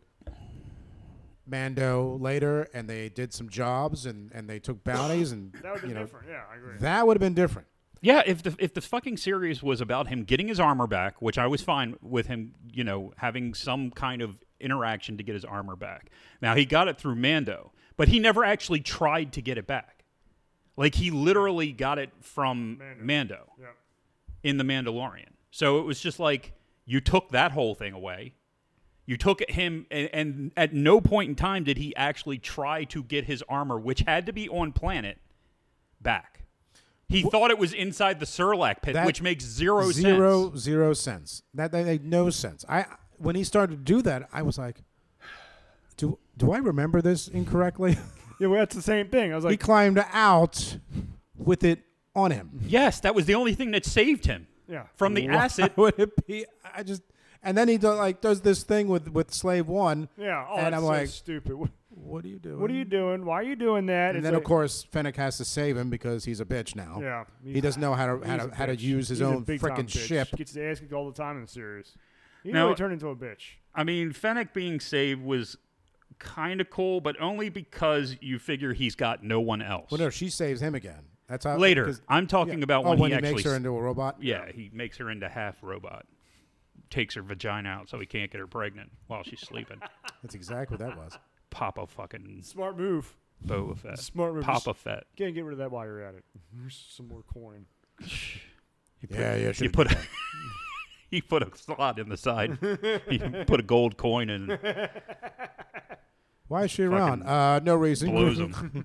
Mando later, and they did some jobs, and and they took bounties, and
That would be
you know
different. Yeah, I agree.
that would have been different.
Yeah, if the if the fucking series was about him getting his armor back, which I was fine with him, you know, having some kind of interaction to get his armor back. Now he got it through Mando, but he never actually tried to get it back. Like he literally got it from Mando,
yeah.
in the Mandalorian. So it was just like you took that whole thing away. You took him, and, and at no point in time did he actually try to get his armor, which had to be on planet, back. He thought it was inside the Surlac pit,
That-
which makes zero,
Zero
sense.
zero sense. That that made no sense. I when he started to do that, I was like, do do I remember this incorrectly?
Yeah, well, that's the same thing. I was
he
like,
climbed out with it on him.
Yes, that was the only thing that saved him
yeah.
from the acid.
Why would it be? I just and then he do, like does this thing with with slave one.
Yeah. Oh,
and
that's
I'm
so
like,
stupid. What,
what are you doing?
what are you doing? Why are you doing that?
And
It's
then
like-
of course Fennec has to save him because he's a bitch now.
yeah,
He
he's-
doesn't know how to how
he's
to,
a
how to
bitch.
use his
He's a
own
big-time
freaking
bitch.
ship.
Gets his ass kicked all the time in the series. He
Now-
really turned into a bitch.
I mean, Fennec being saved was kind of cool, but only because you figure he's got no one else.
Well, no, she saves him again. That's how
Later,
Uh, because-
I'm talking
yeah.
about
oh,
when,
when
he actually
makes her into a robot.
Yeah, he makes her into half robot, takes her vagina out so he can't get her pregnant while she's sleeping.
That's exactly what that was.
Papa fucking
Smart move.
Boba Fett.
Smart move.
Papa Fett.
Can't get rid of that while you're at it. Here's some more coin.
Yeah, yeah.
You
should've-
put a, he put a slot in the side. he put a gold coin in and
Why is she around?
fucking
Uh, no reason.
blows him.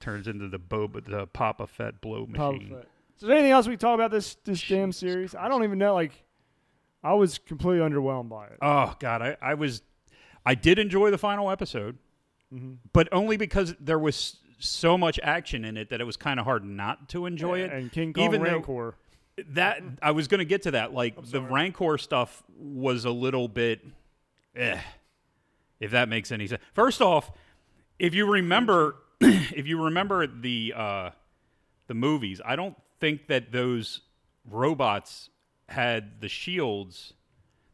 Turns into the Boba, the Papa Fett blow
Pop
machine.
Fett. So is there anything else we can talk about this this damn series? I don't even know. Like, I was completely underwhelmed by it.
Oh God, I, I was, I did enjoy the final episode, but only because there was so much action in it that it was kind of hard not to enjoy it.
and King Kong
even though
Rancor.
that I was going to get to that. Like the Rancor stuff was a little bit, eh, if that makes any sense. First off, if you remember, if you remember the uh, the movies, I don't think that those robots had the shields.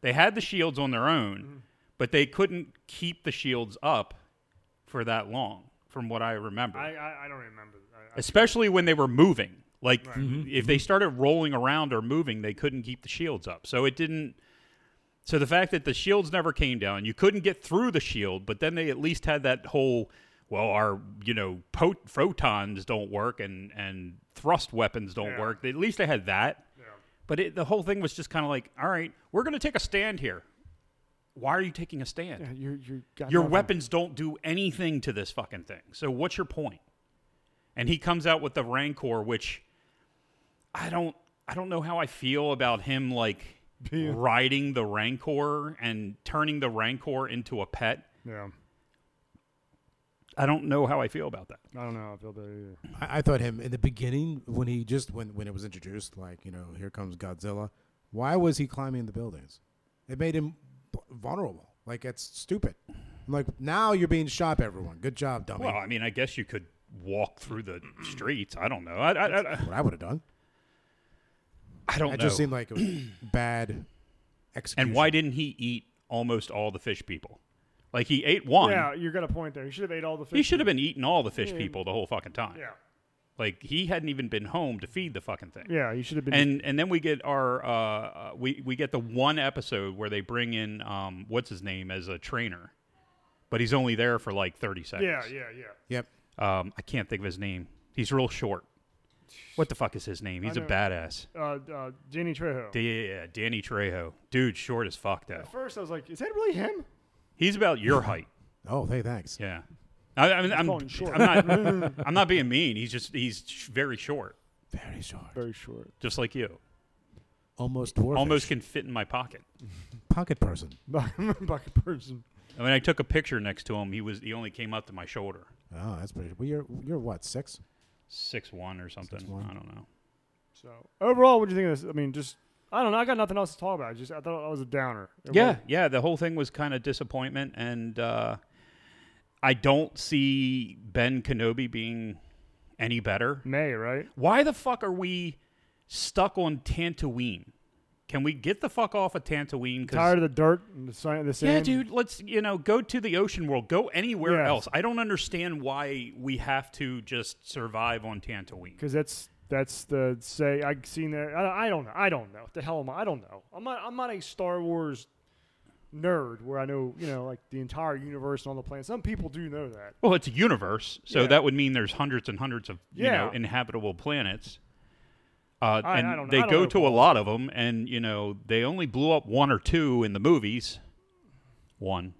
They had the shields on their own, but they couldn't keep the shields up for that long, from what I remember
I, I don't remember. I,
especially when they were moving. Like if they started rolling around or moving, they couldn't keep the shields up. So it didn't. So the fact that the shields never came down, you couldn't get through the shield, but then they at least had that whole well, our you know po- photons don't work and and thrust weapons don't
Yeah.
work. At least they had that. But it, the whole thing was just kind of like, all right, we're going to take a stand here. Why are you taking a stand?
you're, you're got
Your
nothing.
weapons don't do anything to this fucking thing. So what's your point? And he comes out with the Rancor, which I don't I don't know how I feel about him like riding the Rancor and turning the Rancor into a pet.
Yeah,
I don't know how I feel about that.
I don't know. how I feel about it either.
I, I thought him in the beginning when he just when when it was introduced, like you know, here comes Godzilla. Why was he climbing the buildings? It made him b- vulnerable. Like that's stupid. I'm like now you're being shot, everyone. Good job, dummy.
Well, I mean, I guess you could walk through the streets. I don't know. I I, I,
what I would have done.
I don't
That
know.
just seemed like it was bad execution.
and why didn't he eat almost all the fish people? Like he ate one.
Yeah, you got a point there. You should have ate all the fish.
He should have been eating all the fish people the whole fucking time.
Yeah,
Like he hadn't even been home to feed the fucking thing.
yeah, you should have been.
And and then we get our uh, uh, we we get the one episode where they bring in um what's his name as a trainer, but he's only there for like thirty seconds.
yeah, yeah, yeah.
Yep.
yeah. Um, I can't think of his name. He's real short. What the fuck is his name? He's a
know.
badass.
Uh, uh, Danny Trejo.
Yeah, Danny Trejo, dude, short as fuck though.
At first, I was like, is that really him?
He's about your height.
Oh, hey, thanks.
Yeah. I, I mean, I'm,
calling him short.
I'm not. I'm not being mean. He's just he's sh- very short,
Very short.
Very short.
just like you.
Almost dwarf.
Almost can fit in my pocket.
pocket person.
Bucket person.
When I took a picture next to him, he was he only came up to my shoulder,
Oh, that's pretty. Well, you're you're what six?
six one or something.
6'1".
I don't know.
So overall, what do you think of this? I mean, just I don't know. I got nothing else to talk about. Just I thought that was a downer. It
Yeah,
was-
yeah. The whole thing was kind of disappointment, and uh, I don't see Ben Kenobi being any better.
May right?
Why the fuck are we stuck on Tantooine? Can we get the fuck off of Tantooine? 'Cause-
Tired of the dirt and the, sand, the sand.
yeah, dude. Let's you know go to the ocean world. Go anywhere
Yeah.
else. I don't understand why we have to just survive on Tantooine.
Because that's that's the say I've seen that. I, I don't know. I don't know. The hell am I? I don't know. I'm not. I'm not a Star Wars nerd where I know you know like the entire universe and all the planets. Some people do know that.
Well, it's a universe, so
Yeah.
that would mean there's hundreds and hundreds of you know
Yeah.
inhabitable planets. Uh,
I-
and
I don't-
they
I don't
go
know,
to a lot of them, and you know they only blew up one or two in the movies. One,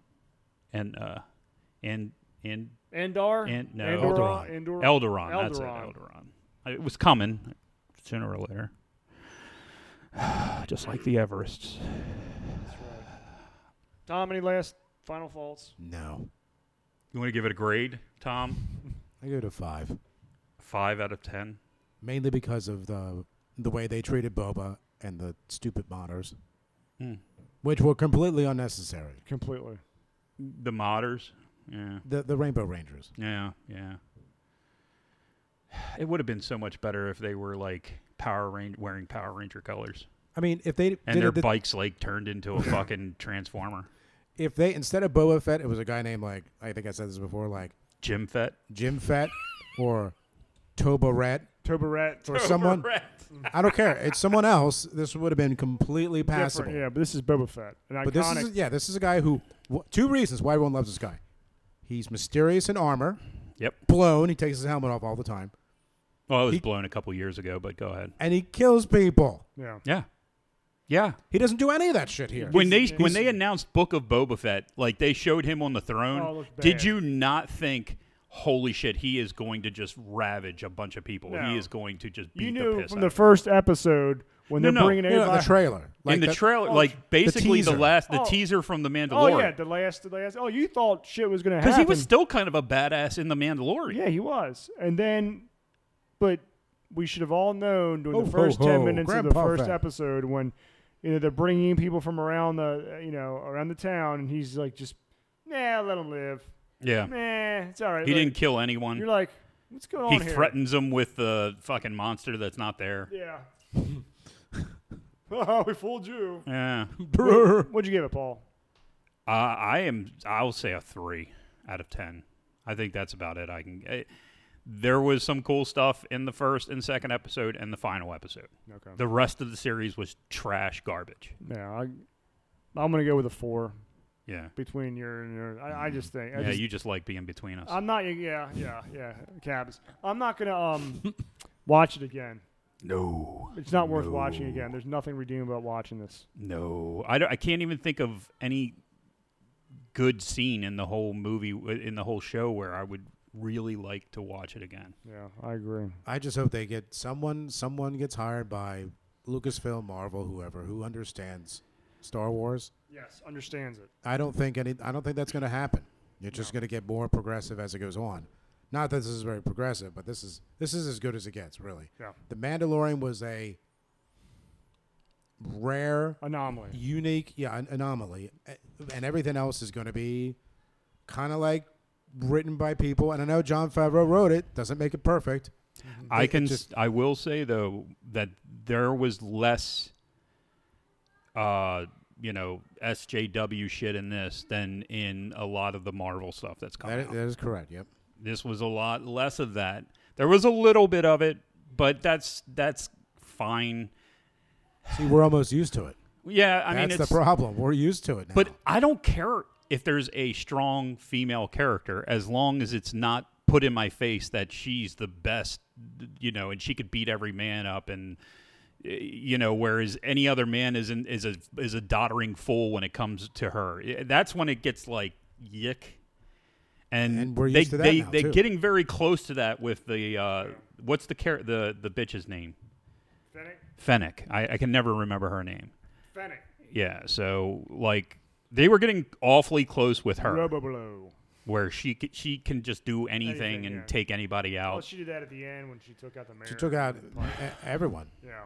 and uh, and and
Andar.
And- no.
Andorra,
Alderaan.
Andorra.
Eldoron. That's it,
Alderaan.
Eldoron. It was coming sooner or later, just like the Everests.
That's right. Tom, any last final thoughts?
No,
You want to give it a grade, Tom?
I go to five,
Five out of ten.
mainly because of the the way they treated Boba and the stupid modders,
Hmm.
which were completely unnecessary.
Completely.
The modders. Yeah.
The the Rainbow Rangers.
Yeah, yeah. It would have been so much better if they were like Power Ranger wearing Power Ranger colors
I mean, if they
and
did
their
it, the-
bikes like turned into a fucking transformer.
if they instead of Boba Fett, it was a guy named like I think I said this before, like
Jim Fett
Jim Fett or Toba Rat
Tobaret.
or someone.
Correct.
I don't care. It's someone else. This would have been completely passable.
Different, yeah, but this is Boba Fett, an
But
iconic.
this is yeah, this is a guy who wh- two reasons why everyone loves this guy. He's mysterious in armor,
Yep.
blown. He takes his helmet off all the time,
Well, it was
He-
blown a couple years ago, but go ahead.
and he kills people.
yeah,
Yeah. Yeah.
He doesn't do any of that shit here.
When they
He's-
when they announced Book of Boba Fett, like they showed him on the throne,
Oh, it looked
did
bad.
you not think Holy shit! He is going to just ravage a bunch of people.
No.
He is going to just beat
you
the
knew
piss
from
out
the
of
first episode when
No,
they're
no.
bringing
You know, in
everybody.
the trailer, like
in the
that-
trailer,
Oh, the
like basically the,
teaser.
last the
Oh.
teaser from the Mandalorian.
Oh yeah, the last, the last. Oh, you thought shit was gonna happen
Because he was still kind of a badass in The Mandalorian.
Yeah, he was. And then, but we should have all known during
Ho,
the first
ho,
ten
ho.
minutes of the
Grandpa
first
Fett.
episode when you know they're bringing people from around the you know around the town, and he's like just nah, let him live.
Yeah.
Nah, it's all right.
He
Like,
didn't kill
You're
anyone.
like, what's going
He
on here?
threatens them with the fucking monster that's not there.
Yeah. oh, we fooled you.
Yeah.
Brrr.
What'd you give it, Paul?
Uh, I am. I'll say a three out of ten. I think that's about it. I can. eh, there was some cool stuff in the first and second episode and the final episode.
Okay.
The rest of the series was trash garbage.
Yeah, I, I'm gonna go with a four
Yeah.
between your and your. I, I just think. I
Yeah.
just,
you just like being between us.
I'm not. Yeah, yeah, yeah. Cabs. I'm not gonna um watch it again.
no.
It's not worth watching again. There's nothing redeeming about watching this.
No, I, don't- I can't even think of any good scene in the whole movie in the whole show where I would really like to watch it again.
Yeah, I agree.
I just hope they get someone. Someone gets hired by Lucasfilm, Marvel, whoever, who understands Star Wars.
Yes, understands it.
I don't think any. I don't think that's going to happen. You're just going to get more progressive as it goes on. Not that this is very progressive, but this is this is as good as it gets, really.
Yeah.
The Mandalorian was a rare,
Anomaly.
unique, yeah, an anomaly, A- and everything else is going to be kind of like written by people. And I know John Favreau wrote it. Doesn't make it perfect.
I
Mm. It- it
can.
just-
I will say though that there was less, uh, you know, SJW shit in this than in a lot of the Marvel stuff that's
That
coming.
is,
out.
that is correct. Yep.
this was a lot less of that. There was a little bit of it, but that's that's fine.
See, we're almost used to it.
Yeah, I mean,
that's
it's,
the problem. We're used to it now.
But I don't care if there's a strong female character as long as it's not put in my face that she's the best, you know, and she could beat every man up and eh, you know whereas any other man is an, is a is a doddering fool when it comes to her. Eh, That's when it gets like yick. And,
And we're
they
used to that
they
now,
they're
too.
getting very close to that with the uh what's the char- the the bitch's name?
Fennec.
Fennec. I, I can never remember her name.
Fennec.
Yeah, so like They were getting awfully close with her,
Robo blow.
where she c- she can just do anything,
Anything,
and
yeah.
take anybody
Oh,
out.
she did that at the end when she took out the mayor.
She took out e- everyone.
Yeah.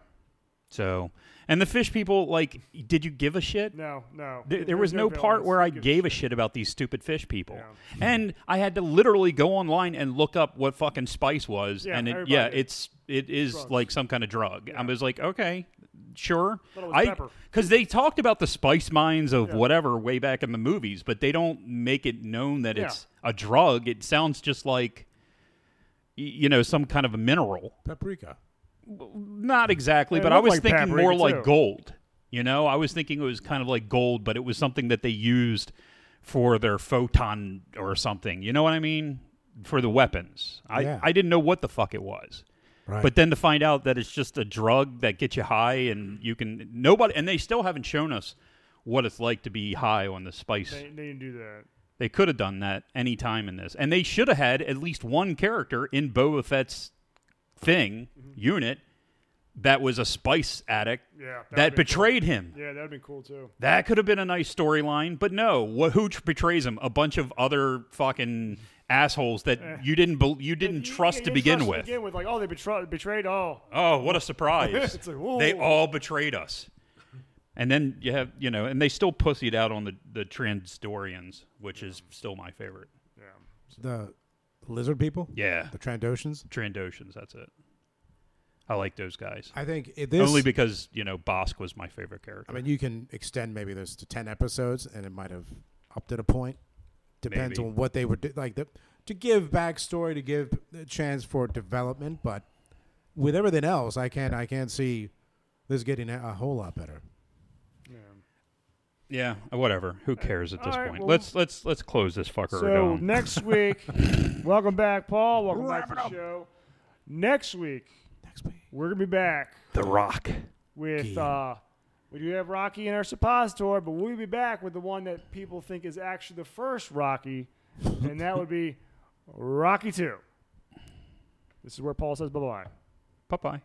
So, and the fish people, like, did you give a shit?
No, no.
There, there was no part
villains.
where I
Good
gave a
shit.
shit about these stupid fish people,
Yeah.
and I had to literally go online and look up what fucking spice was,
Yeah,
and it,
everybody
yeah,
did.
it's it is
Drugs.
like some kind of drug. I was like, okay, sure,
Thought it was
I
pepper.
because they talked about the spice mines of
Yeah.
whatever way back in the movies, but they don't make it known that
Yeah.
it's a drug. It sounds just like y- you know some kind of a mineral.
Paprika.
Not exactly,
It
but I
looked
was
like
thinking
paprika,
more like
too.
gold. You know, I was thinking it was kind of like gold, but it was something that they used for their photon or something. You know what I mean? For the weapons. I,
Yeah.
I didn't know what the fuck it was.
Right.
But then to find out that it's just a drug that gets you high and you can nobody and they still haven't shown us what it's like to be high on the spice.
They, they didn't do that.
They could have done that any time in this. And they should have had at least one character in Boba Fett's thing, unit, that was a spice addict
Mm-hmm. Yeah. would've
that
been
betrayed him.
Cool. Yeah, that'd been cool too.
That could have been a nice storyline, but no. What who tr- betrays him? A bunch of other fucking assholes that you didn't bel you didn't
Eh. You-
trust
you
to
didn't
begin
trust
with.
begin with like, oh, they betray- betrayed. Oh,
Oh, what a surprise!
It's like, whoa.
they all betrayed us. And then you have, you know, and they still pussied out on the the Transdorians, which is still my favorite.
yeah.
the lizard people.
Yeah,
The Trandoshans.
Trandoshans. That's it. I like those guys
I think it, this.
only because you know Bosk was my favorite character.
I mean, you can extend maybe this to ten episodes, and it might have upped it a point. Depends
Maybe.
on what they were do- like the, to give backstory, to give a chance for development. But with everything else, I can't. I can't see this getting a, a whole lot better.
yeah, whatever. Who cares at this
All right,
point?
well-
let's let's let's close this fucker
So
down.
next week, welcome back, Paul. Welcome back to the show. Next week,
Next week.
we're gonna be back
the Rock.
with.
Again.
uh we do have Rocky in our suppository, but we'll be back with the one that people think is actually the first Rocky, and that would be Rocky Two. This is where Paul says bye bye.
Bye bye.